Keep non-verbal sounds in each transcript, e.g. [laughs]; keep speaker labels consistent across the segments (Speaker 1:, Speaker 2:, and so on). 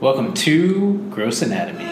Speaker 1: Welcome to Gross Anatomy.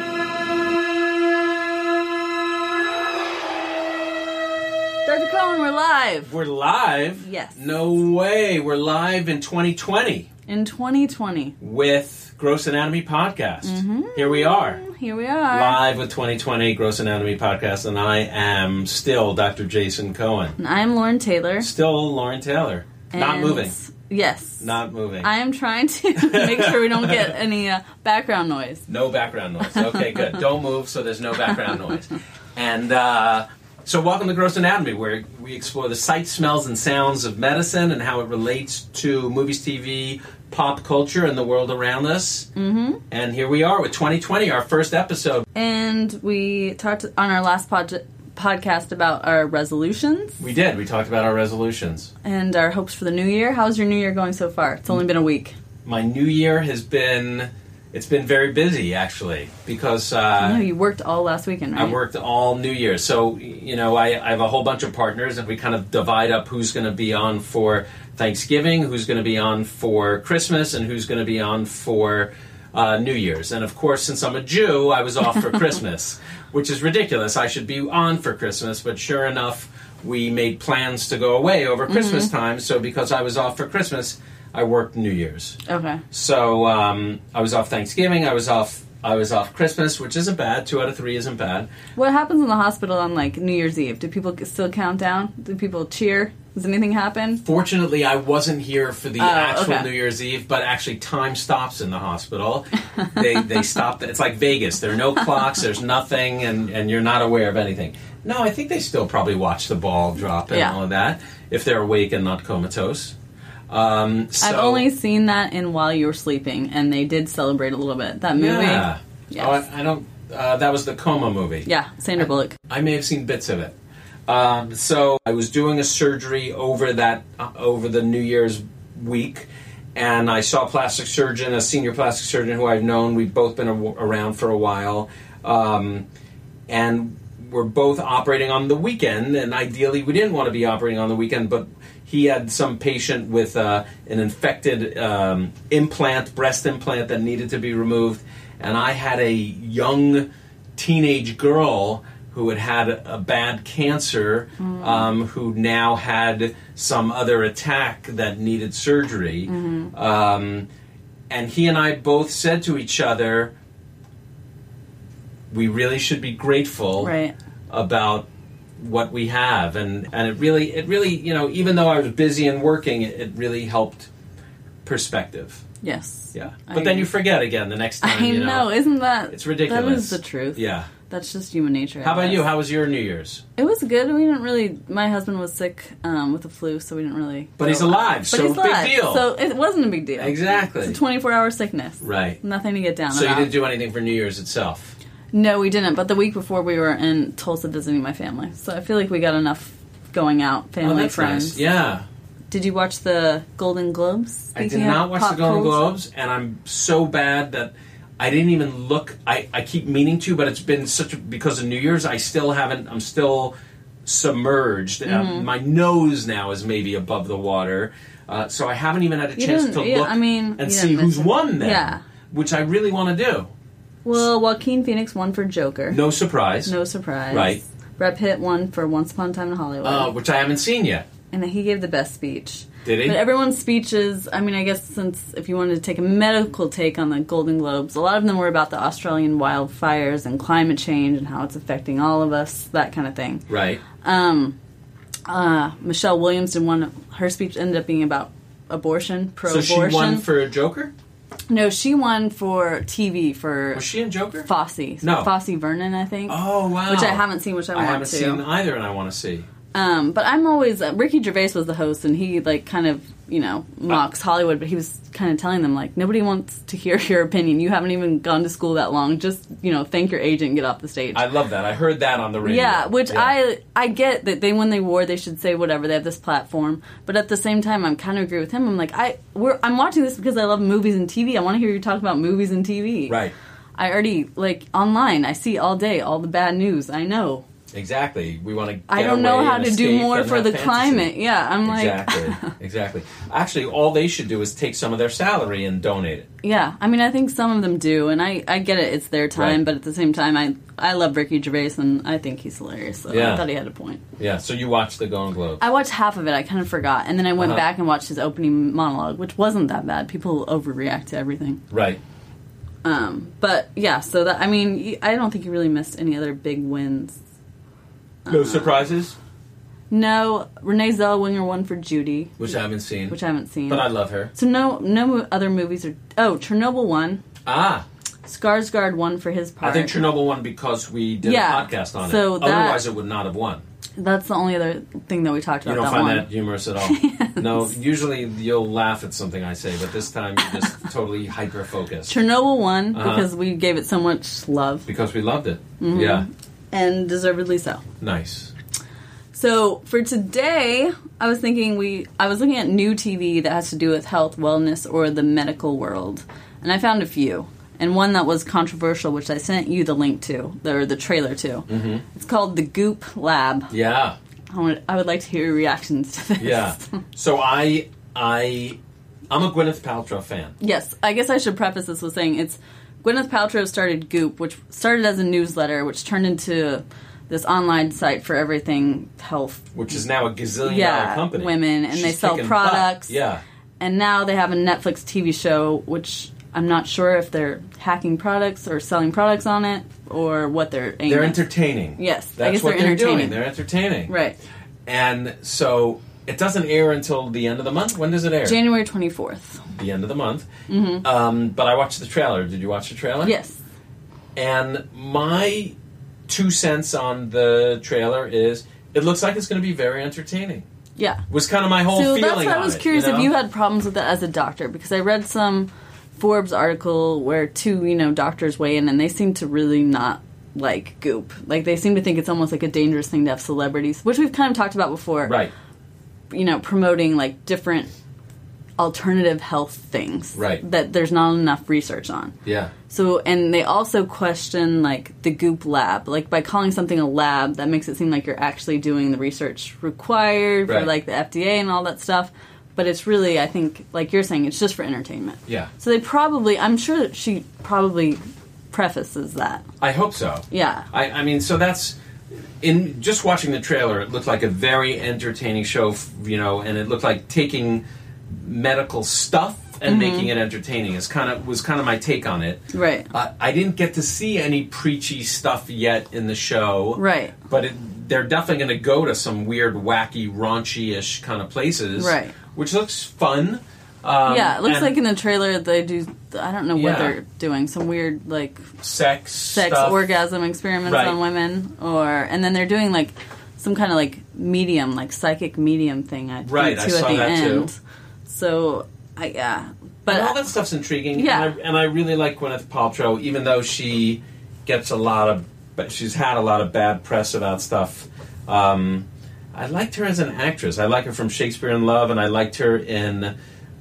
Speaker 2: Dr. Cohen, we're live
Speaker 3: We're live.
Speaker 2: Yes.
Speaker 3: No way. We're live in 2020
Speaker 2: in 2020.
Speaker 3: with Gross Anatomy Podcast.
Speaker 2: Mm-hmm.
Speaker 3: Here we are.
Speaker 2: Here we are.
Speaker 3: Live with 2020 Gross Anatomy Podcast, and I am still Dr. Jason Cohen.
Speaker 2: And I'm Lauren Taylor.
Speaker 3: Still Lauren Taylor. Not
Speaker 2: Mm-hmm. and-
Speaker 3: moving.
Speaker 2: Yes.
Speaker 3: Not moving.
Speaker 2: I am trying to [laughs] make sure we don't get any uh, background noise.
Speaker 3: No background noise. Okay, good. Don't move so there's no background noise. And uh, so, welcome to Gross Anatomy, where we explore the sights, smells, and sounds of medicine and how it relates to movies, TV, pop culture, and the world around us. Mm-hmm. And here we are with 2020, our first episode.
Speaker 2: And we talked on our last pod- podcast about our resolutions
Speaker 3: We did. We talked about our resolutions.
Speaker 2: and our hopes for the new year. How's your new year going so far? It's only been a week.
Speaker 3: My new year has been. It's been very busy actually because uh,
Speaker 2: I know you worked all last weekend, right?
Speaker 3: I worked all New Year's. So, you know, I, I have a whole bunch of partners and we kind of divide up who's going to be on for Thanksgiving, who's going to be on for Christmas, and who's going to be on for uh, New Year's. And of course, since I'm a Jew, I was off for Christmas, which is ridiculous. I should be on for Christmas, but sure enough, we made plans to go away over Christmas time. So, because I was off for Christmas, I worked New Year's.
Speaker 2: Okay.
Speaker 3: So um, I was off Thanksgiving. I was off. I was off Christmas, which isn't bad. Two out of three isn't bad.
Speaker 2: What happens in the hospital on like New Year's Eve? Do people still count down? Do people cheer? Does anything happen?
Speaker 3: Fortunately, I wasn't here for the actual
Speaker 2: Oh, okay.
Speaker 3: New Year's Eve, but actually, time stops in the hospital. they they stop. It's like Vegas. There are no clocks. There's nothing, and and you're not aware of anything. No, I think they still probably watch the ball drop and
Speaker 2: Yeah.
Speaker 3: all of that if they're awake and not comatose. Um, so,
Speaker 2: I've only seen that in While You Were Sleeping, and they did celebrate a little bit. That movie.
Speaker 3: yeah.
Speaker 2: Yes.
Speaker 3: Oh, I, I don't. Uh, that was the coma movie.
Speaker 2: Yeah, Sandra Bullock.
Speaker 3: I may have seen bits of it. Um, so I was doing a surgery over that uh, over the New Year's week, and I saw a plastic surgeon, a senior plastic surgeon who I've known. We've both been a- around for a while, um, and we're both operating on the weekend. And ideally, we didn't want to be operating on the weekend, but he had some patient with uh, an infected um, implant, breast implant that needed to be removed, and I had a young teenage girl who had had a bad cancer,
Speaker 2: Mm.
Speaker 3: um, who now had some other attack that needed surgery.
Speaker 2: Mm-hmm.
Speaker 3: Um, and he and I both said to each other, we really should be grateful
Speaker 2: Right.
Speaker 3: about what we have and and it really it really you know even though i was busy and working it, it really helped perspective
Speaker 2: Yes.
Speaker 3: yeah
Speaker 2: I
Speaker 3: but then
Speaker 2: agree.
Speaker 3: you forget again the next time
Speaker 2: I
Speaker 3: you
Speaker 2: know,
Speaker 3: know,
Speaker 2: isn't that
Speaker 3: it's ridiculous
Speaker 2: That is the truth.
Speaker 3: yeah
Speaker 2: That's just human nature. I
Speaker 3: how about
Speaker 2: guess.
Speaker 3: you how was your new year's
Speaker 2: It was good. We didn't really. My husband was sick um, with the flu, so we didn't really.
Speaker 3: But
Speaker 2: go
Speaker 3: he's
Speaker 2: out.
Speaker 3: alive,
Speaker 2: But
Speaker 3: so
Speaker 2: he's
Speaker 3: big
Speaker 2: alive,
Speaker 3: deal.
Speaker 2: So it wasn't a big deal.
Speaker 3: Exactly.
Speaker 2: It's a 24 hour sickness.
Speaker 3: Right.
Speaker 2: Nothing to get down
Speaker 3: So you
Speaker 2: about.
Speaker 3: didn't do anything for New Year's itself.
Speaker 2: no, we didn't. But the week before, we were in Tulsa visiting my family, so I feel like we got enough going out, family, friends.
Speaker 3: Oh, nice. Yeah,
Speaker 2: Did you watch the Golden Globes?
Speaker 3: I did
Speaker 2: Speaking of
Speaker 3: not watch
Speaker 2: pop
Speaker 3: the Golden
Speaker 2: culture-
Speaker 3: Globes, and I'm so bad that I didn't even look. I, I keep meaning to, but it's been such a, because of New Year's. I still haven't. I'm still submerged.
Speaker 2: Mm-hmm.
Speaker 3: Um, my nose now is maybe above the water, uh, so I haven't even had a
Speaker 2: You
Speaker 3: chance to
Speaker 2: didn't- yeah,
Speaker 3: look
Speaker 2: I mean, you
Speaker 3: and
Speaker 2: didn't
Speaker 3: see
Speaker 2: miss
Speaker 3: who's
Speaker 2: it.
Speaker 3: won then.
Speaker 2: Yeah.
Speaker 3: which I really want to do.
Speaker 2: Well, Joaquin Phoenix won for Joker.
Speaker 3: No surprise.
Speaker 2: No surprise.
Speaker 3: Right.
Speaker 2: Brad Pitt won for Once Upon a Time in Hollywood.
Speaker 3: Uh, which I haven't seen yet.
Speaker 2: and he gave the best speech.
Speaker 3: Did he?
Speaker 2: But everyone's speeches, I mean, I guess since if you wanted to take a medical take on the Golden Globes, a lot of them were about the Australian wildfires and climate change and how it's affecting all of us, that kind of thing.
Speaker 3: Right.
Speaker 2: Um, uh, Michelle Williams did one, her speech ended up being about abortion, pro
Speaker 3: So
Speaker 2: abortion.
Speaker 3: she won for Joker.
Speaker 2: no, she won for TV for
Speaker 3: Was she in Joker?
Speaker 2: Fosse.
Speaker 3: No.
Speaker 2: Fosse Vernon, I think.
Speaker 3: Oh wow!
Speaker 2: Which I haven't seen, which I,
Speaker 3: I,
Speaker 2: want
Speaker 3: haven't
Speaker 2: to.
Speaker 3: seen either, and I want to see.
Speaker 2: Um, but I'm always uh, Ricky Gervais was the host, and he like kind of you know mocks Hollywood, but he was kind of telling them like nobody wants to hear [laughs] your opinion. You haven't even gone to school that long. Just you know thank your agent, and get off the stage.
Speaker 3: I love that. I heard that on the radio.
Speaker 2: yeah, which I I get that they when they war they should say whatever they have this platform, but at the same time I'm kind of agree with him. I'm like I we're I'm watching this because I love movies and TV. I want to hear you talk about movies and TV.
Speaker 3: right.
Speaker 2: I already like online. I see all day all the bad news. I know.
Speaker 3: Exactly. We want to. Get
Speaker 2: I don't know
Speaker 3: away
Speaker 2: how
Speaker 3: and
Speaker 2: to do
Speaker 3: escape
Speaker 2: more
Speaker 3: and
Speaker 2: for
Speaker 3: have
Speaker 2: the
Speaker 3: fantasy.
Speaker 2: climate. Yeah, I'm like,
Speaker 3: Exactly. exactly. Actually, all they should do is take some of their salary and donate it.
Speaker 2: [laughs] yeah. I mean, I think some of them do, and I, I get it. It's their time,
Speaker 3: Right.
Speaker 2: but at the same time, I I love Ricky Gervais and I think he's hilarious. So I
Speaker 3: Yeah.
Speaker 2: thought he had a point.
Speaker 3: Yeah. So you watch the Golden Globe.
Speaker 2: I watched half of it. I kind of forgot, and then I went
Speaker 3: Uh-huh.
Speaker 2: back and watched his opening monologue, which wasn't that bad. People overreact to everything.
Speaker 3: right.
Speaker 2: Um, but yeah, so that I mean, y- I don't think you really missed any other big wins.
Speaker 3: No surprises,
Speaker 2: No, Renee Zellweger won for Judy,
Speaker 3: which I haven't seen,
Speaker 2: which I haven't seen.
Speaker 3: but I love her.
Speaker 2: so no, no mo- other movies are. Oh, Chernobyl won.
Speaker 3: Ah,
Speaker 2: Skarsgård won for his
Speaker 3: I
Speaker 2: part.
Speaker 3: think Chernobyl won because we did
Speaker 2: Yeah,
Speaker 3: a podcast on
Speaker 2: so
Speaker 3: it.
Speaker 2: that-
Speaker 3: Otherwise, it would not have won.
Speaker 2: That's the only other thing that we talked about.
Speaker 3: You don't
Speaker 2: that
Speaker 3: find
Speaker 2: one.
Speaker 3: that humorous
Speaker 2: [laughs]
Speaker 3: at all. No, usually you'll laugh at something I say, but this time
Speaker 2: [laughs]
Speaker 3: you're just totally hyper focused
Speaker 2: Chernobyl won
Speaker 3: Uh-huh.
Speaker 2: because we gave it so much love
Speaker 3: because we loved it.
Speaker 2: Mm-hmm.
Speaker 3: Yeah,
Speaker 2: and deservedly so.
Speaker 3: nice.
Speaker 2: So for today, I was thinking we I was looking at new TV that has to do with health, wellness, or the medical world, and I found a few. And one that was controversial, which I sent you the link to, the- or the trailer to. Mm-hmm. It's called The Goop Lab.
Speaker 3: Yeah,
Speaker 2: I would, I would like to hear your reactions to this.
Speaker 3: yeah.
Speaker 2: [laughs]
Speaker 3: So I, I, I'm a Gwyneth Paltrow fan.
Speaker 2: Yes, I guess I should preface this with saying it's Gwyneth Paltrow started Goop, which started as a newsletter, which turned into this online site for everything health,
Speaker 3: which is now a gazillion dollar
Speaker 2: Yeah,
Speaker 3: company.
Speaker 2: women, and they sell
Speaker 3: kicking
Speaker 2: products.
Speaker 3: butt. Yeah,
Speaker 2: and now they have a Netflix TV show, which I'm not sure if they're hacking products or selling products on it or what they're aiming.
Speaker 3: they're entertaining.
Speaker 2: Yes, I
Speaker 3: that's
Speaker 2: guess
Speaker 3: what
Speaker 2: they're
Speaker 3: they're,
Speaker 2: entertaining.
Speaker 3: doing. They're entertaining,
Speaker 2: right,
Speaker 3: And so it doesn't air until the end of the month. When does it air?
Speaker 2: January 24th.
Speaker 3: the end of the month. Um, but I watched the trailer. Did you watch the trailer?
Speaker 2: Mm-hmm. Yes,
Speaker 3: And my two cents on the trailer is it looks like it's going to be very entertaining.
Speaker 2: yeah.
Speaker 3: Was kind of my whole
Speaker 2: so
Speaker 3: feeling.
Speaker 2: that's why I
Speaker 3: on
Speaker 2: was
Speaker 3: it,
Speaker 2: curious
Speaker 3: know?
Speaker 2: if you had problems with that as a doctor because I read some Forbes article where two you know doctors weigh in and they seem to really not like goop like they seem to think it's almost like a dangerous thing to have celebrities which we've kind of talked about before
Speaker 3: right,
Speaker 2: you know promoting like different alternative health things
Speaker 3: Right.
Speaker 2: that there's not enough research on
Speaker 3: yeah,
Speaker 2: so and they also question like the goop lab like by calling something a lab that makes it seem like you're actually doing the research required for
Speaker 3: Right.
Speaker 2: like the fda and all that stuff but it's really i think like you're saying it's just for entertainment
Speaker 3: yeah.
Speaker 2: so they probably i'm sure that she probably prefaces that
Speaker 3: I hope so.
Speaker 2: yeah
Speaker 3: I, I mean, so that's in just watching the trailer. It looked like a very entertaining show, f- you know, and it looked like taking medical stuff
Speaker 2: Mm-hmm.
Speaker 3: and making it entertaining is kind of was kind of my take on it.
Speaker 2: right
Speaker 3: I, I didn't get to see any preachy stuff yet in the show,
Speaker 2: right
Speaker 3: But it, they're definitely going to go to some weird, wacky, raunchy-ish kind of places,
Speaker 2: Right.
Speaker 3: Which looks fun. Um,
Speaker 2: yeah it looks
Speaker 3: and
Speaker 2: like in the trailer they do i don't know what
Speaker 3: Yeah.
Speaker 2: they're doing some weird like
Speaker 3: sex,
Speaker 2: sex
Speaker 3: stuff.
Speaker 2: orgasm experiments
Speaker 3: Right.
Speaker 2: on women or and then they're doing like some kind of like medium like psychic medium thing I think,
Speaker 3: Right,
Speaker 2: too
Speaker 3: I
Speaker 2: at
Speaker 3: saw
Speaker 2: the
Speaker 3: that, too.
Speaker 2: end so I yeah but
Speaker 3: And all that stuff's intriguing.
Speaker 2: Yeah.
Speaker 3: And I, and I really like Gwyneth Paltrow, even though she gets a lot of, but she's had a lot of bad press about stuff. Um, I liked her as an actress. I like her from Shakespeare in Love, and I liked her in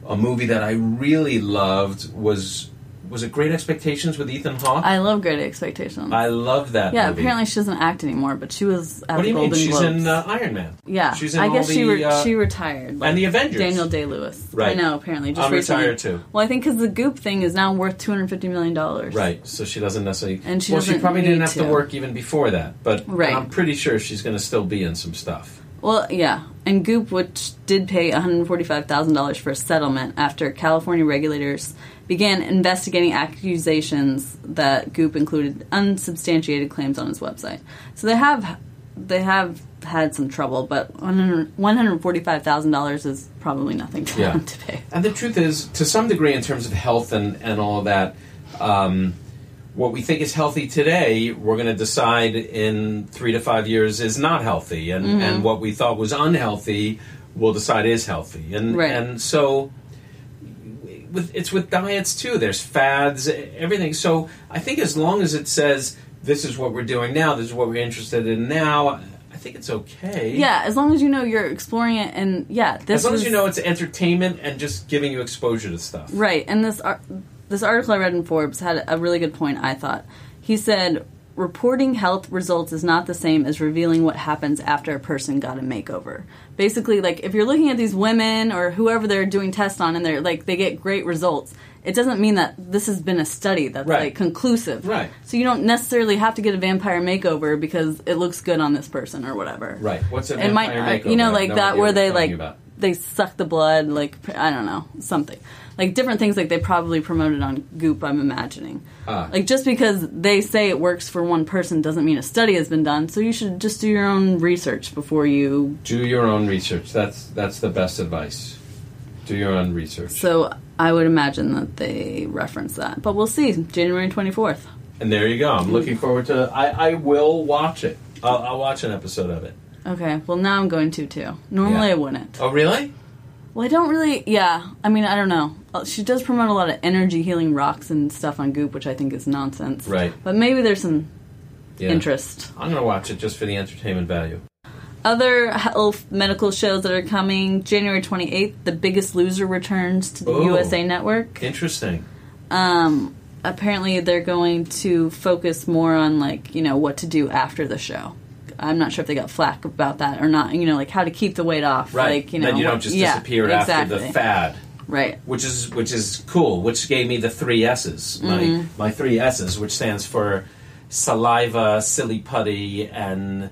Speaker 3: a movie that I really loved was was it Great Expectations with Ethan Hawke.
Speaker 2: I love Great Expectations
Speaker 3: I love that.
Speaker 2: yeah
Speaker 3: movie.
Speaker 2: apparently she doesn't act anymore but she was at
Speaker 3: What do
Speaker 2: the
Speaker 3: you mean?
Speaker 2: Golden
Speaker 3: She's
Speaker 2: Globes
Speaker 3: in uh, Iron Man.
Speaker 2: yeah
Speaker 3: she's in
Speaker 2: I
Speaker 3: all
Speaker 2: guess she
Speaker 3: the,
Speaker 2: re-
Speaker 3: uh,
Speaker 2: she retired like,
Speaker 3: and the Avengers.
Speaker 2: Daniel Day Lewis I
Speaker 3: Right.
Speaker 2: know apparently just
Speaker 3: I'm
Speaker 2: recently.
Speaker 3: retired, too.
Speaker 2: well I think because the Goop thing is now worth two hundred fifty million dollars
Speaker 3: Right, so she doesn't necessarily.
Speaker 2: And she
Speaker 3: well,
Speaker 2: doesn't
Speaker 3: she probably
Speaker 2: need
Speaker 3: didn't have to.
Speaker 2: to.
Speaker 3: work even before that, but
Speaker 2: Right.
Speaker 3: I'm pretty sure she's going to still be in some stuff.
Speaker 2: Well, yeah. And Goop, which did pay $145,000 for a settlement after California regulators began investigating accusations that Goop included unsubstantiated claims on his website. So they have they have had some trouble, but $145,000 is probably nothing to
Speaker 3: Yeah.
Speaker 2: them [laughs] to pay.
Speaker 3: And the truth is, to some degree, in terms of health and and all of that, um, what we think is healthy today, we're going to decide in three to five years is not healthy, and
Speaker 2: Mm-hmm.
Speaker 3: and what we thought was unhealthy, we'll decide is healthy, and
Speaker 2: Right.
Speaker 3: and so. With, it's with diets too. There's fads, everything. So I think as long as it says this is what we're doing now, this is what we're interested in now, I think it's okay.
Speaker 2: Yeah, as long as you know you're exploring it and yeah, this
Speaker 3: As long
Speaker 2: is,
Speaker 3: as you know it's entertainment and just giving you exposure to stuff.
Speaker 2: Right, and this ar- this article I read in Forbes had a really good point. I thought he said reporting health results is not the same as revealing what happens after a person got a makeover. Basically, like if you're looking at these women or whoever they're doing tests on and they're like they get great results, it doesn't mean that this has been a study that's
Speaker 3: Right.
Speaker 2: like conclusive.
Speaker 3: Right.
Speaker 2: So you don't necessarily have to get a vampire makeover because it looks good on this person or whatever.
Speaker 3: Right. What's an
Speaker 2: It might,
Speaker 3: entire
Speaker 2: uh, you know,
Speaker 3: makeover?
Speaker 2: like
Speaker 3: No
Speaker 2: that
Speaker 3: idea
Speaker 2: where
Speaker 3: what
Speaker 2: they
Speaker 3: you're talking
Speaker 2: like
Speaker 3: about.
Speaker 2: they suck the blood, like pr- I don't know, something like different things like they probably promoted on Goop. I'm imagining.
Speaker 3: Ah.
Speaker 2: Like just because they say it works for one person doesn't mean a study has been done. So you should just do your own research before you.
Speaker 3: do your own research. That's that's the best advice. Do your own research.
Speaker 2: So I would imagine that they reference that, but we'll see. January twenty fourth.
Speaker 3: and there you go. I'm looking forward to. I I will watch it. I'll, I'll watch an episode of it.
Speaker 2: Okay. Well, now I'm going to too. Normally I
Speaker 3: Yeah.
Speaker 2: wouldn't.
Speaker 3: Oh really?
Speaker 2: Well, I don't really. Yeah, I mean, I don't know. Uh, She does promote a lot of energy healing rocks and stuff on Goop, which I think is nonsense.
Speaker 3: Right.
Speaker 2: But maybe there's some
Speaker 3: Yeah.
Speaker 2: interest.
Speaker 3: I'm gonna watch it just for the entertainment value.
Speaker 2: Other health medical shows that are coming January 28th, The Biggest Loser returns to the
Speaker 3: Oh.
Speaker 2: USA Network.
Speaker 3: Interesting.
Speaker 2: Um, apparently, they're going to focus more on like you know what to do after the show. I'm not sure if they got flack about that or not. You know, like how to keep the weight off.
Speaker 3: Right.
Speaker 2: Like you know,
Speaker 3: then you don't
Speaker 2: what-
Speaker 3: just
Speaker 2: yeah,
Speaker 3: disappear after the
Speaker 2: exactly.
Speaker 3: fad.
Speaker 2: Right.
Speaker 3: which is which is cool, which gave me the three S's. My
Speaker 2: Mm-hmm.
Speaker 3: my three S's, which stands for saliva, silly putty, and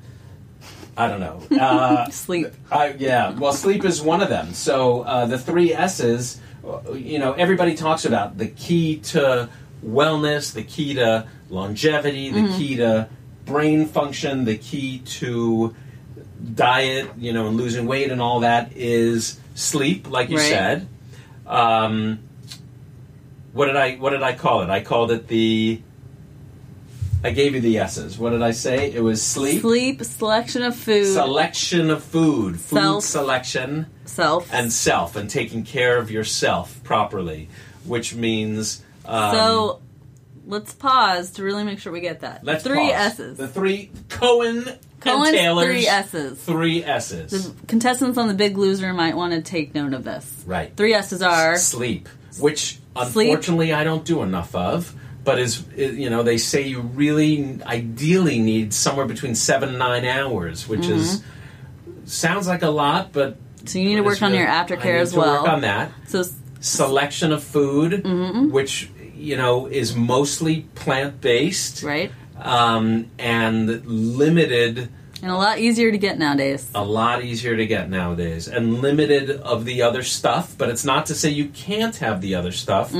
Speaker 3: I don't know.
Speaker 2: [laughs]
Speaker 3: Uh,
Speaker 2: Sleep.
Speaker 3: I, yeah, well, sleep is one of them. So uh, the three S's, uh, you know, everybody talks about the key to wellness, the key to longevity, the key to brain function, the key to diet, you know, and losing weight and all that is sleep, like you
Speaker 2: Right.
Speaker 3: said. Um, what did I what did I call it? I called it the. I gave you the S's. What did I say? It was
Speaker 2: Sleep, selection of food,
Speaker 3: selection of food, food
Speaker 2: Self.
Speaker 3: selection,
Speaker 2: self,
Speaker 3: and self, and taking care of yourself properly, which means. Um,
Speaker 2: so let's pause to really make sure we get that.
Speaker 3: let's
Speaker 2: three
Speaker 3: pause.
Speaker 2: S's.
Speaker 3: The three Cohen
Speaker 2: Cohen's
Speaker 3: and Taylor's
Speaker 2: three S's.
Speaker 3: Three S's.
Speaker 2: The contestants on The Big Loser might want to take note of this.
Speaker 3: right.
Speaker 2: Three S's are
Speaker 3: Sleep, which
Speaker 2: Sleep.
Speaker 3: unfortunately I don't do enough of. But is is- you know they say you really ideally need somewhere between seven and nine hours, which is sounds like a lot, but
Speaker 2: so Mm-hmm. you need to work on your aftercare
Speaker 3: I need
Speaker 2: as
Speaker 3: to
Speaker 2: well.
Speaker 3: Work on that.
Speaker 2: So s-
Speaker 3: selection of food, which you know is mostly plant based,
Speaker 2: right,
Speaker 3: um, and limited.
Speaker 2: and a lot easier to get nowadays.
Speaker 3: A lot easier to get nowadays, and limited of the other stuff. But it's not to say you can't have the other stuff.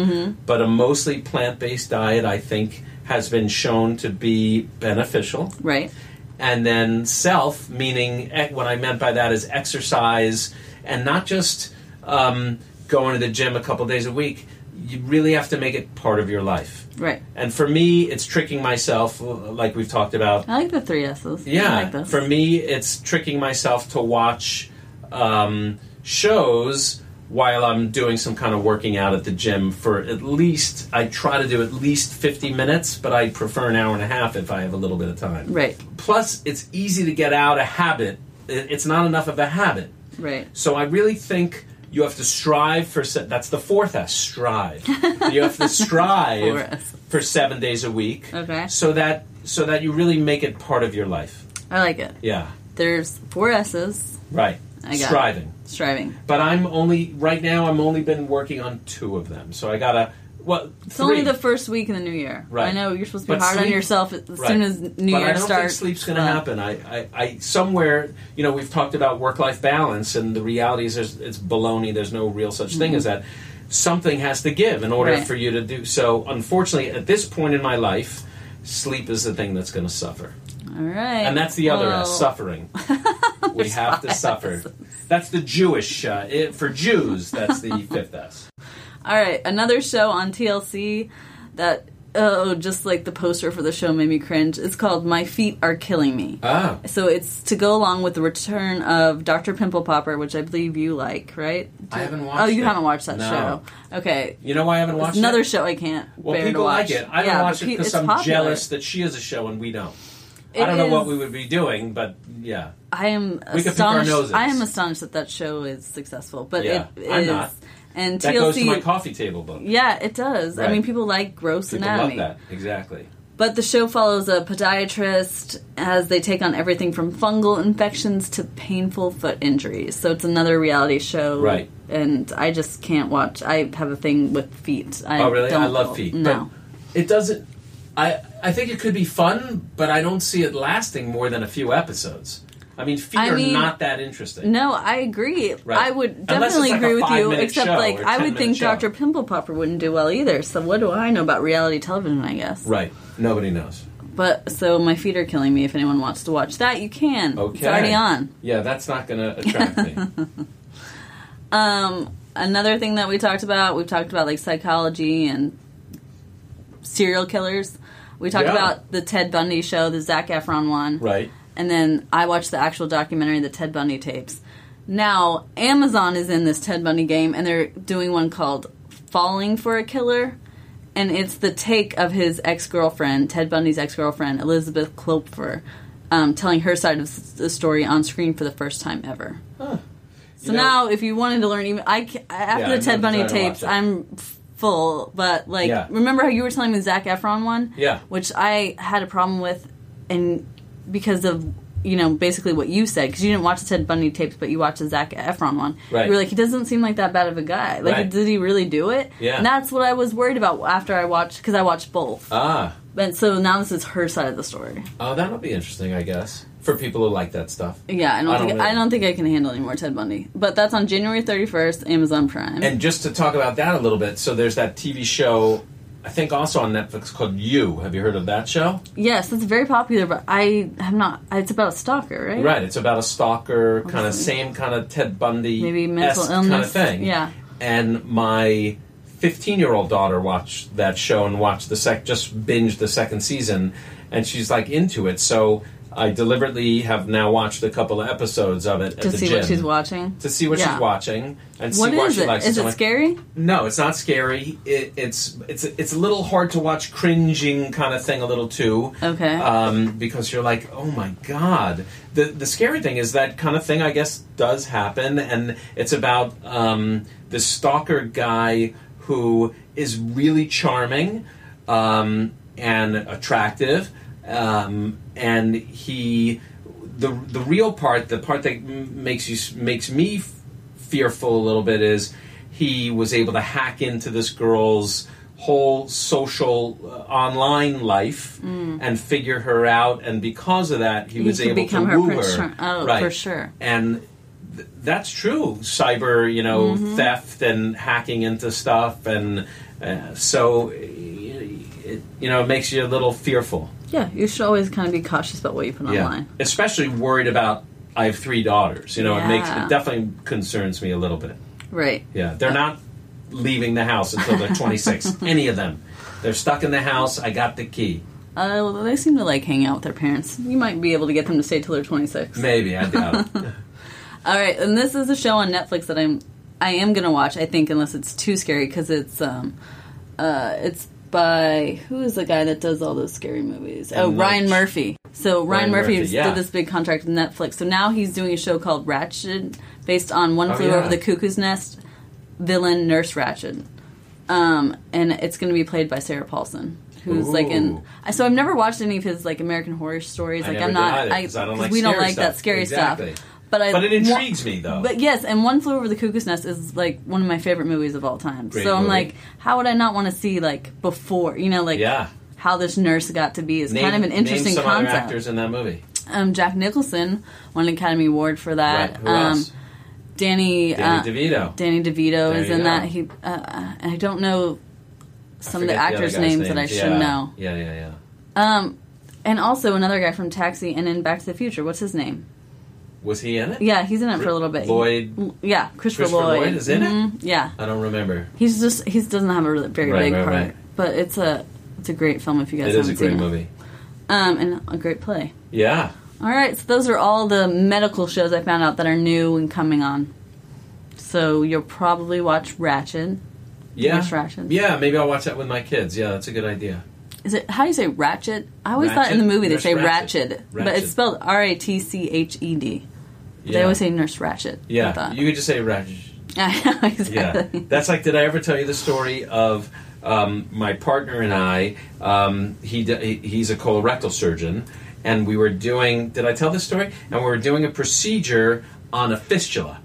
Speaker 3: But a mostly plant based diet, I think, has been shown to be beneficial
Speaker 2: Right,
Speaker 3: and then self, meaning ec- what I meant by that is exercise and not just um, going to the gym a couple days a week. You really have to make it part of your life.
Speaker 2: right.
Speaker 3: And for me, it's tricking myself, uh, like we've talked about.
Speaker 2: I like the three S's.
Speaker 3: Yeah,
Speaker 2: Oh, I like this.
Speaker 3: for me, it's tricking myself to watch um, shows while I'm doing some kind of working out at the gym for at least, I try to do at least 50 minutes, but I prefer an hour and a half if I have a little bit of time
Speaker 2: right,
Speaker 3: plus it's easy to get out a habit It- it's not enough of a habit
Speaker 2: right.
Speaker 3: so i really think you have to strive for se- that's the fourth s strive you have
Speaker 2: [laughs]
Speaker 3: to
Speaker 2: Four
Speaker 3: strive
Speaker 2: S's.
Speaker 3: for seven days a week
Speaker 2: Okay.
Speaker 3: so that so that you really make it part of your life
Speaker 2: I like it.
Speaker 3: yeah
Speaker 2: There's four S's.
Speaker 3: right
Speaker 2: I got it.
Speaker 3: striving
Speaker 2: Striving.
Speaker 3: but i'm only right now i'm only been working on two of them so i gotta well
Speaker 2: It's only the first week in the new year.
Speaker 3: Right.
Speaker 2: I know you're supposed to be
Speaker 3: But
Speaker 2: hard on
Speaker 3: sleep-
Speaker 2: yourself as soon as New
Speaker 3: but
Speaker 2: Year
Speaker 3: I don't think
Speaker 2: starts.
Speaker 3: sleep's going to
Speaker 2: Uh,
Speaker 3: happen. I, I, I, somewhere, you know, we've talked about work-life balance, and the reality is there's, it's baloney. There's no real such thing as that. Something has to give in order
Speaker 2: Mm-hmm. Right.
Speaker 3: for you to do so. Unfortunately, at this point in my life, sleep is the thing that's going to suffer,
Speaker 2: All right.
Speaker 3: and that's the other
Speaker 2: Well,
Speaker 3: S,
Speaker 2: [laughs]
Speaker 3: suffering. we have to suffer. That's the Jewish uh, it, for Jews. That's the
Speaker 2: [laughs]
Speaker 3: fifth S.
Speaker 2: All right, another show on TLC that oh, just like the poster for the show made me cringe. It's called My Feet Are Killing Me.
Speaker 3: Ah,
Speaker 2: so it's to go along with the return of Dr. Pimple Popper, which I believe you like, right?
Speaker 3: I haven't watched.
Speaker 2: Oh, you
Speaker 3: it.
Speaker 2: haven't watched that
Speaker 3: No.
Speaker 2: show. Okay.
Speaker 3: You know why I haven't watched
Speaker 2: It's another
Speaker 3: it?
Speaker 2: show I can't
Speaker 3: Well,
Speaker 2: bear
Speaker 3: people
Speaker 2: to watch.
Speaker 3: like it. I don't
Speaker 2: Yeah,
Speaker 3: watch
Speaker 2: but
Speaker 3: it
Speaker 2: pe-
Speaker 3: because
Speaker 2: it's
Speaker 3: I'm
Speaker 2: popular.
Speaker 3: jealous that she has a show and we don't. I
Speaker 2: It
Speaker 3: don't know
Speaker 2: is-
Speaker 3: what we would be doing, but yeah,
Speaker 2: I am
Speaker 3: We could pick our noses.
Speaker 2: astonished. I am astonished that that show is successful, but
Speaker 3: Yeah,
Speaker 2: it is.
Speaker 3: I'm not.
Speaker 2: And
Speaker 3: that
Speaker 2: TLC,
Speaker 3: goes to my coffee table book.
Speaker 2: yeah, it does. I
Speaker 3: Right.
Speaker 2: mean, people like gross
Speaker 3: People
Speaker 2: anatomy.
Speaker 3: love that exactly.
Speaker 2: But the show follows a podiatrist as they take on everything from fungal infections to painful foot injuries. So it's another reality show.
Speaker 3: Right.
Speaker 2: And I just can't watch. I have a thing with feet. I
Speaker 3: Oh, really?
Speaker 2: Don't,
Speaker 3: I love feet.
Speaker 2: No.
Speaker 3: But it doesn't. I I think it could be fun, but I don't see it lasting more than a few episodes. I mean, feet
Speaker 2: I
Speaker 3: are
Speaker 2: mean-
Speaker 3: not that interesting.
Speaker 2: No, I agree.
Speaker 3: Right.
Speaker 2: I would
Speaker 3: Unless it's
Speaker 2: definitely
Speaker 3: like a
Speaker 2: agree with you,
Speaker 3: five-minute
Speaker 2: except
Speaker 3: show
Speaker 2: like
Speaker 3: or
Speaker 2: I would
Speaker 3: 10-minute
Speaker 2: think
Speaker 3: show.
Speaker 2: Dr. Pimple Popper wouldn't do well either. So what do I know about reality television? I guess.
Speaker 3: Right. Nobody knows.
Speaker 2: But so my feet are killing me. If anyone wants to watch that, you can.
Speaker 3: Okay.
Speaker 2: It's already on.
Speaker 3: Yeah, that's not going to attract
Speaker 2: [laughs]
Speaker 3: me.
Speaker 2: Um, another thing that we talked about, we've talked about like psychology and serial killers. We talked
Speaker 3: Yeah.
Speaker 2: about the Ted Bundy show, the Zach Efron one.
Speaker 3: right.
Speaker 2: And then I watched the actual documentary, the Ted Bundy tapes. Now, Amazon is in this Ted Bundy game, and they're doing one called Falling for a Killer. And it's the take of his ex girlfriend, Ted Bundy's ex girlfriend, Elizabeth Klopfer, um, telling her side of s- the story on screen for the first time ever. So
Speaker 3: You know-
Speaker 2: now, if you wanted to learn, even I, ca- after
Speaker 3: Yeah,
Speaker 2: the Ted
Speaker 3: I'm
Speaker 2: Bunny
Speaker 3: trying to watch
Speaker 2: tapes,
Speaker 3: it.
Speaker 2: I'm full. But like,
Speaker 3: Yeah.
Speaker 2: remember how you were telling me the Zac Efron one?
Speaker 3: Yeah.
Speaker 2: which I had a problem with, and because of you know basically what you said because you didn't watch the Ted Bundy tapes, but you watched the Zac Efron one.
Speaker 3: Right.
Speaker 2: You were like, he doesn't seem like that bad of a guy. Like,
Speaker 3: Right.
Speaker 2: did he really do it?
Speaker 3: Yeah.
Speaker 2: and that's what I was worried about after I watched because I watched both.
Speaker 3: Ah.
Speaker 2: and so now this is her side of the story.
Speaker 3: Oh, that'll be interesting, I guess, for people who like that stuff.
Speaker 2: Yeah, I don't,
Speaker 3: I
Speaker 2: think
Speaker 3: don't
Speaker 2: I
Speaker 3: really-
Speaker 2: don't think I can handle any more Ted Bundy. But that's on January thirty first, Amazon Prime.
Speaker 3: And just to talk about that a little bit, so there's that TV show, I think also on Netflix called You. Have you heard of that show?
Speaker 2: Yes, it's very popular, but I have not. It's about a stalker, right?
Speaker 3: Right. It's about a stalker, kind of same kind of Ted Bundy,
Speaker 2: Maybe mental
Speaker 3: kind of
Speaker 2: illness,
Speaker 3: thing.
Speaker 2: yeah.
Speaker 3: And my 15 year old daughter watched that show and watched the sec, just binged the second season, and she's like into it. So I deliberately have now watched a couple of episodes of it at
Speaker 2: To
Speaker 3: the
Speaker 2: see
Speaker 3: gym
Speaker 2: what she's watching.
Speaker 3: to see what
Speaker 2: Yeah.
Speaker 3: she's watching and
Speaker 2: What
Speaker 3: see why
Speaker 2: is
Speaker 3: she
Speaker 2: it?
Speaker 3: likes
Speaker 2: Is
Speaker 3: so
Speaker 2: it
Speaker 3: much.
Speaker 2: scary?
Speaker 3: No, it's not scary. It, it's it's it's a little hard to watch, cringing kind of thing a little too.
Speaker 2: Okay.
Speaker 3: Um, because you're like, oh my god. The the scary thing is that kind of thing. I guess does happen, and it's about um, the stalker guy who is really charming um, and attractive, um, and he. The, the real part, the part that m- makes you s- makes me f- fearful a little bit is he was able to hack into this girl's whole social uh, online life and figure her out and because of that he,
Speaker 2: Mm. He
Speaker 3: was
Speaker 2: could
Speaker 3: able
Speaker 2: become
Speaker 3: to
Speaker 2: her
Speaker 3: woo
Speaker 2: persona-
Speaker 3: her
Speaker 2: oh, for sure.
Speaker 3: and th- that's true cyber you know
Speaker 2: Mm-hmm.
Speaker 3: theft and hacking into stuff and uh, so uh, it, you know it makes you a little fearful
Speaker 2: Yeah, you should always kind of be cautious about what you put online.
Speaker 3: especially worried about i have three daughters you know it makes
Speaker 2: Yeah.
Speaker 3: it definitely concerns me a little bit
Speaker 2: Right.
Speaker 3: yeah, they're not leaving the house until they're
Speaker 2: [laughs]
Speaker 3: 26. any of them. They're stuck in the house. I got the key.
Speaker 2: Uh, well, they seem to like hang out with their parents. You might be able to get them to stay till they're twenty six.
Speaker 3: Maybe I
Speaker 2: [laughs]
Speaker 3: doubt it.
Speaker 2: All right, and this is a show on Netflix that I'm I am gonna watch. I think unless it's too scary because it's um uh it's by who is the guy that does all those scary movies? oh,
Speaker 3: Lynch.
Speaker 2: Ryan Murphy. So Ryan,
Speaker 3: Ryan
Speaker 2: Murphy,
Speaker 3: Murphy, yeah.
Speaker 2: did this big contract with Netflix. So now he's doing a show called Ratchet, based on One
Speaker 3: Oh,
Speaker 2: Flew
Speaker 3: yeah.
Speaker 2: Over the Cuckoo's Nest villain Nurse Ratchet, um, and it's going to be played by Sarah Paulson. Who's like
Speaker 3: Ooh.
Speaker 2: in? I- So I've never watched any of his like American Horror stories.
Speaker 3: I
Speaker 2: like
Speaker 3: never
Speaker 2: I'm
Speaker 3: did
Speaker 2: not.
Speaker 3: either,
Speaker 2: I,
Speaker 3: 'cause I don't
Speaker 2: 'cause
Speaker 3: like
Speaker 2: we don't
Speaker 3: scary
Speaker 2: like that
Speaker 3: stuff.
Speaker 2: scary
Speaker 3: Exactly.
Speaker 2: stuff. But I.
Speaker 3: But it
Speaker 2: wa-
Speaker 3: intrigues me though.
Speaker 2: but yes, and One Flew Over the Cuckoo's Nest is like one of my favorite movies of all time.
Speaker 3: Great
Speaker 2: so I'm
Speaker 3: movie.
Speaker 2: like, how would I not want to see like before? You know, like
Speaker 3: yeah.
Speaker 2: how this nurse got to be is
Speaker 3: Name,
Speaker 2: kind of an interesting
Speaker 3: name some other
Speaker 2: concept.
Speaker 3: actors in that movie.
Speaker 2: Um, Jack Nicholson won an Academy Award for that.
Speaker 3: right. Who
Speaker 2: um,
Speaker 3: else?
Speaker 2: Danny
Speaker 3: Danny
Speaker 2: uh,
Speaker 3: DeVito.
Speaker 2: Danny DeVito
Speaker 3: There
Speaker 2: is
Speaker 3: you
Speaker 2: in
Speaker 3: go.
Speaker 2: that. He uh, I don't know some of the
Speaker 3: Forget other
Speaker 2: actors'
Speaker 3: guys'
Speaker 2: names, that I
Speaker 3: names.
Speaker 2: should
Speaker 3: Yeah.
Speaker 2: know.
Speaker 3: Yeah, yeah, yeah.
Speaker 2: Um, and also another guy from Taxi and in Back to the Future. What's his name?
Speaker 3: Was he in it?
Speaker 2: Yeah, he's in it for a little bit.
Speaker 3: Lloyd.
Speaker 2: L- Yeah, Christopher,
Speaker 3: Christopher
Speaker 2: Lloyd.
Speaker 3: Lloyd is in it?
Speaker 2: Mhm, Yeah,
Speaker 3: I don't remember.
Speaker 2: he's just he doesn't have a really, very
Speaker 3: Right,
Speaker 2: big
Speaker 3: right,
Speaker 2: part,
Speaker 3: right.
Speaker 2: but it's a it's a great film if you guys
Speaker 3: It is
Speaker 2: haven't
Speaker 3: a great
Speaker 2: seen
Speaker 3: movie.
Speaker 2: it. Um, and a great play.
Speaker 3: Yeah.
Speaker 2: All right, so those are all the medical shows I found out that are new and coming on. So you'll probably watch Ratchet.
Speaker 3: Yeah.
Speaker 2: Nurse Ratched.
Speaker 3: Yeah, maybe I'll watch that with my kids. Yeah, that's a good idea.
Speaker 2: Is it how do you say ratchet? I always thought in
Speaker 3: Ratchet?
Speaker 2: the movie they
Speaker 3: Nurse
Speaker 2: say ratchet,
Speaker 3: Ratched.
Speaker 2: but
Speaker 3: Ratchet.
Speaker 2: it's spelled R A T C H E D.
Speaker 3: Yeah.
Speaker 2: They always say nurse ratchet. I
Speaker 3: Yeah.
Speaker 2: thought.
Speaker 3: You could just say Ratchet.
Speaker 2: [laughs]
Speaker 3: [laughs]
Speaker 2: Yeah, exactly.
Speaker 3: Yeah. That's like, did I ever tell you the story of um, my partner and I, um, he, d- he he's a colorectal surgeon, and we were doing. Did I tell this story? And we were doing a procedure on a fistula,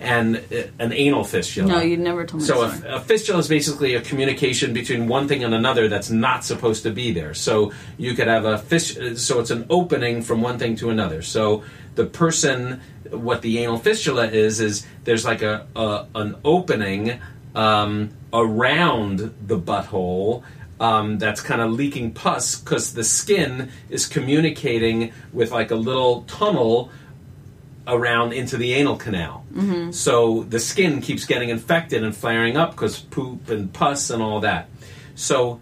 Speaker 3: and uh, an anal fistula.
Speaker 2: No, you never told me
Speaker 3: So
Speaker 2: that
Speaker 3: a,
Speaker 2: story.
Speaker 3: a fistula is basically a communication between one thing and another that's not supposed to be there. So you could have a fish. So it's an opening from one thing to another. So the person, what the anal fistula is, is there's like a, a an opening um, around the butthole. Um, that's kind of leaking pus because the skin is communicating with like a little tunnel around into the anal canal. So the skin keeps getting infected and flaring up because poop and pus and all that. So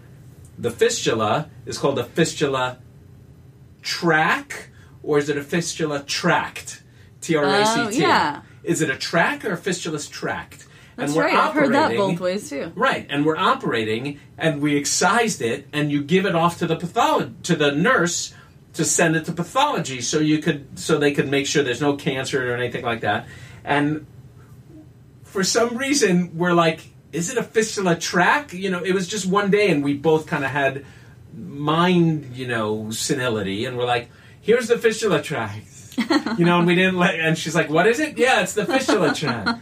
Speaker 3: the fistula is called a fistula track, or is it a fistula tract? T R A C
Speaker 2: Oh,
Speaker 3: T.
Speaker 2: yeah.
Speaker 3: Is it a track or a fistula's tract?
Speaker 2: That's
Speaker 3: and we're
Speaker 2: right. I've heard that
Speaker 3: operating-
Speaker 2: both ways too.
Speaker 3: Right, and we're operating, and we excised it, and you give it off to the patholo- to the nurse to send it to pathology, so you could so they could make sure there's no cancer or anything like that. And for some reason, we're like, is it a fistula track? You know, it was just one day, and we both kind of had mind, you know, senility, and we're like, here's the fistula track. you know, and we didn't let. And she's like, "What is it? Yeah, it's the fistula track."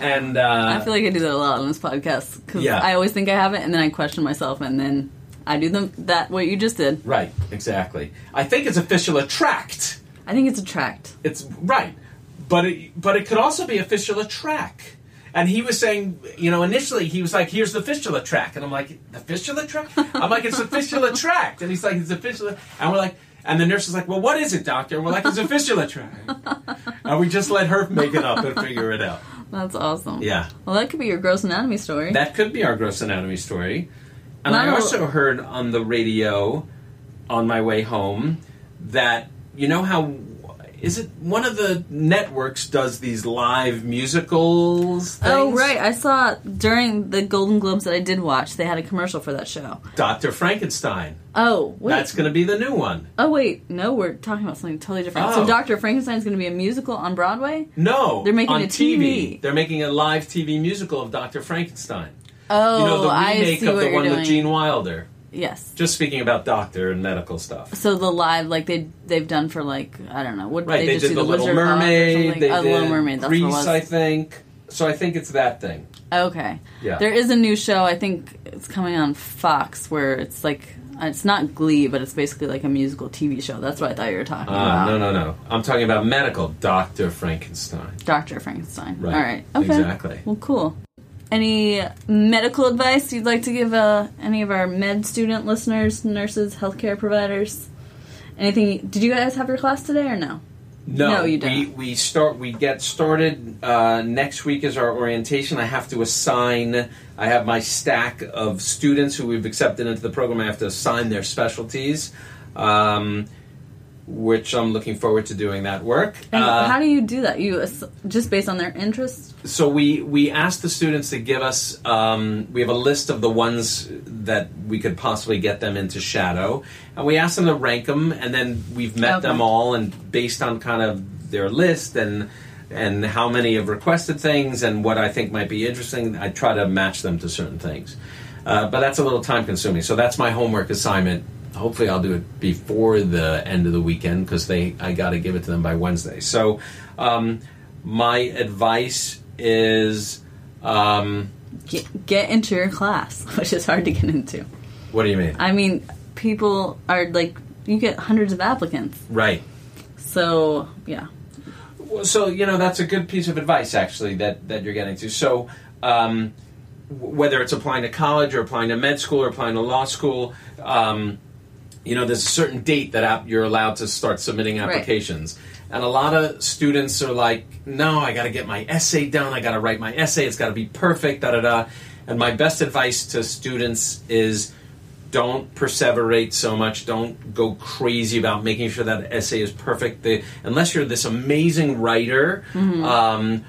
Speaker 3: And uh,
Speaker 2: I feel like I do that a lot on this podcast because
Speaker 3: Yeah.
Speaker 2: I always think I have it, and then I question myself, and then I do them that what you just did.
Speaker 3: Right, exactly. I think it's a fistula tract.
Speaker 2: I think it's a tract.
Speaker 3: It's right, but it, but it could also be a fistula track. And he was saying, you know, initially he was like, "Here's the fistula track," and I'm like, "The fistula track?" I'm like, "It's a fistula tract," and he's like, "It's a fistula," and we're like, and the nurse is like, "Well, what is it, doctor?" And we're like, "It's a fistula tract," and we just let her make it up and figure it out.
Speaker 2: That's awesome.
Speaker 3: Yeah.
Speaker 2: Well, that could be your gross anatomy story.
Speaker 3: That could be our gross anatomy story. And I
Speaker 2: No.
Speaker 3: also heard on the radio on my way home that you know how is it one of the networks does these live musicals things?
Speaker 2: oh right, I saw during the Golden Globes that I did watch, they had a commercial for that show.
Speaker 3: Dr. Frankenstein.
Speaker 2: Oh wait.
Speaker 3: That's going to be the new one.
Speaker 2: oh wait, no, we're talking about something totally different.
Speaker 3: Oh.
Speaker 2: So Doctor Frankenstein's going to be a musical on Broadway.
Speaker 3: No.
Speaker 2: They're making
Speaker 3: on
Speaker 2: a TV.
Speaker 3: They're making a live TV musical of Dr. Frankenstein.
Speaker 2: Oh,
Speaker 3: you know the
Speaker 2: I
Speaker 3: remake
Speaker 2: see
Speaker 3: of
Speaker 2: what
Speaker 3: the
Speaker 2: you're
Speaker 3: one
Speaker 2: doing.
Speaker 3: with Gene Wilder.
Speaker 2: yes.
Speaker 3: Just speaking about doctor and medical stuff.
Speaker 2: So the live, like they they've done for like I don't know what
Speaker 3: Right, they,
Speaker 2: just
Speaker 3: did
Speaker 2: do
Speaker 3: the, Little
Speaker 2: Wizard of Oz or
Speaker 3: Mermaid.
Speaker 2: something?
Speaker 3: They
Speaker 2: oh,
Speaker 3: did
Speaker 2: Little Mermaid. That's
Speaker 3: Grease,
Speaker 2: what it was.
Speaker 3: I think. So I think it's that thing.
Speaker 2: Okay.
Speaker 3: Yeah.
Speaker 2: There is a new show. I think it's coming on Fox where it's like it's not Glee, but it's basically like a musical TV show. That's what I thought you were talking
Speaker 3: Ah,
Speaker 2: about.
Speaker 3: no, no, no. I'm talking about medical Doctor Frankenstein.
Speaker 2: Doctor Frankenstein.
Speaker 3: Right.
Speaker 2: All right. Okay.
Speaker 3: Exactly.
Speaker 2: Well, cool. Any medical advice you'd like to give uh, any of our med student listeners, nurses, healthcare providers? Anything? Did you guys have your class today or no?
Speaker 3: No,
Speaker 2: No, you
Speaker 3: We,
Speaker 2: don't.
Speaker 3: we start. We get started uh, next week is our orientation. I have to assign. I have my stack of students who we've accepted into the program. I have to assign their specialties, um, which I'm looking forward to doing that work.
Speaker 2: And
Speaker 3: Uh,
Speaker 2: how do you do that? You ass- just based on their interest?
Speaker 3: so we we asked the students to give us um, we have a list of the ones that we could possibly get them into shadow and we asked them to rank them and then we've met
Speaker 2: Okay.
Speaker 3: them all and based on kind of their list and and how many have requested things and what i think might be interesting i try to match them to certain things uh, but that's a little time consuming so that's my homework assignment hopefully i'll do it before the end of the weekend because they i got to give it to them by wednesday so um, my advice is um,
Speaker 2: Get, get into your class, [laughs] which is hard to get into.
Speaker 3: what do you mean
Speaker 2: I mean, people are like, you get hundreds of applicants.
Speaker 3: right
Speaker 2: So, yeah. Uh,
Speaker 3: Well, so you know that's a good piece of advice actually that that you're getting to so um, w- whether it's applying to college or applying to med school or applying to law school um, you know there's a certain date that app, you're allowed to start submitting applications and a lot of students are like no i got to get my essay done i got to write my essay it's got to be perfect da da da and my best advice to students is don't perseverate so much. Don't go crazy about making sure that essay is perfect. They, unless you're this amazing writer, um,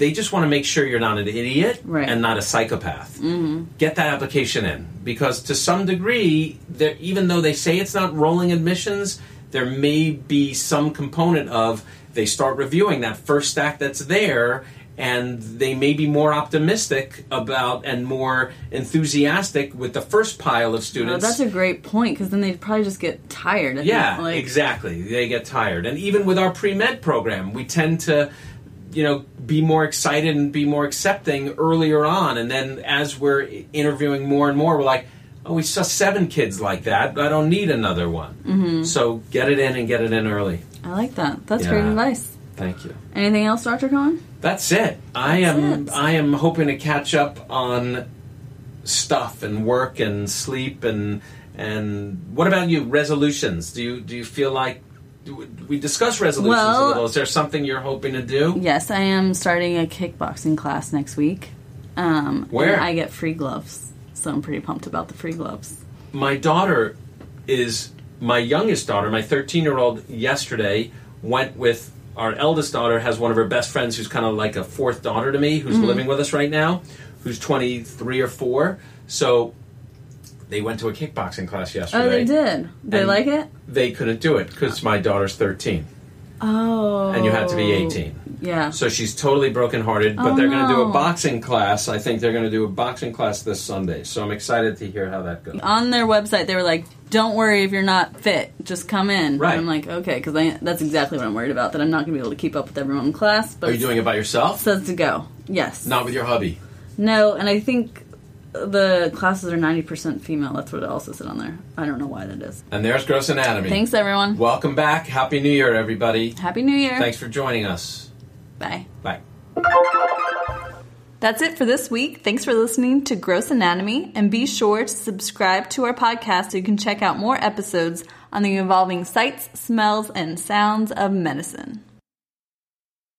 Speaker 3: they just want to make sure you're not an idiot
Speaker 2: Right. Mm-hmm.
Speaker 3: and not a psychopath. Get that application in because, to some degree, there- even though they say it's not rolling admissions, there may be some component of they start reviewing that first stack that's there. and they may be more optimistic about and more enthusiastic with the first pile of
Speaker 2: Oh,
Speaker 3: students.
Speaker 2: that's a great point because then they'd probably just get tired. I think,
Speaker 3: Yeah,
Speaker 2: like,
Speaker 3: exactly. They get tired. And even with our pre med program, we tend to, you know, be more excited and be more accepting earlier on. And then as we're interviewing more and more, we're like, oh, we saw seven kids like that. I don't need another one. Mm-hmm. So get it in and get it in early.
Speaker 2: I like that. That's
Speaker 3: Yeah.
Speaker 2: great advice.
Speaker 3: Thank you.
Speaker 2: Anything else, Doctor Cohen?
Speaker 3: That's it. I am
Speaker 2: it.
Speaker 3: I am hoping to catch up on stuff and work and sleep and and what about you? Resolutions? Do you do you feel like do we discuss resolutions a
Speaker 2: Well-
Speaker 3: little? Is there something you're hoping to do?
Speaker 2: Yes, I am starting a kickboxing class next week. Um,
Speaker 3: Where?
Speaker 2: and I get free gloves, so I'm pretty pumped about the free gloves.
Speaker 3: My daughter is my youngest daughter, my 13 year old. Yesterday went with our eldest daughter has one of her best friends who's kind of like a fourth daughter to me, who's
Speaker 2: Mm-hmm.
Speaker 3: living with us right now, who's 23 or four. So. They went to a kickboxing class yesterday.
Speaker 2: Oh, they did. They
Speaker 3: And-
Speaker 2: like it.
Speaker 3: they couldn't do it because my daughter's 13
Speaker 2: Oh,
Speaker 3: and you have to be 18
Speaker 2: Yeah.
Speaker 3: so she's totally brokenhearted but
Speaker 2: Oh,
Speaker 3: they're going to do a
Speaker 2: no.
Speaker 3: boxing class i think they're going to do a boxing class this sunday so i'm excited to hear how that goes
Speaker 2: on their website they were like don't worry if you're not fit just come in
Speaker 3: Right.
Speaker 2: and i'm like okay because that's exactly what i'm worried about that i'm not going to be able to keep up with everyone in class but
Speaker 3: are you doing it by
Speaker 2: it
Speaker 3: yourself
Speaker 2: says to go yes
Speaker 3: not with your hubby
Speaker 2: no and i think the classes are 90% female that's what it also said on there i don't know why that is
Speaker 3: and there's gross anatomy
Speaker 2: thanks everyone
Speaker 3: welcome back happy new year everybody
Speaker 2: happy new year
Speaker 3: thanks for joining us
Speaker 2: bye
Speaker 3: bye
Speaker 2: That's it for this week. Thanks for listening to Gross Anatomy, and be sure to subscribe to our podcast so you can check out more episodes on the involving sights, smells, and sounds of medicine.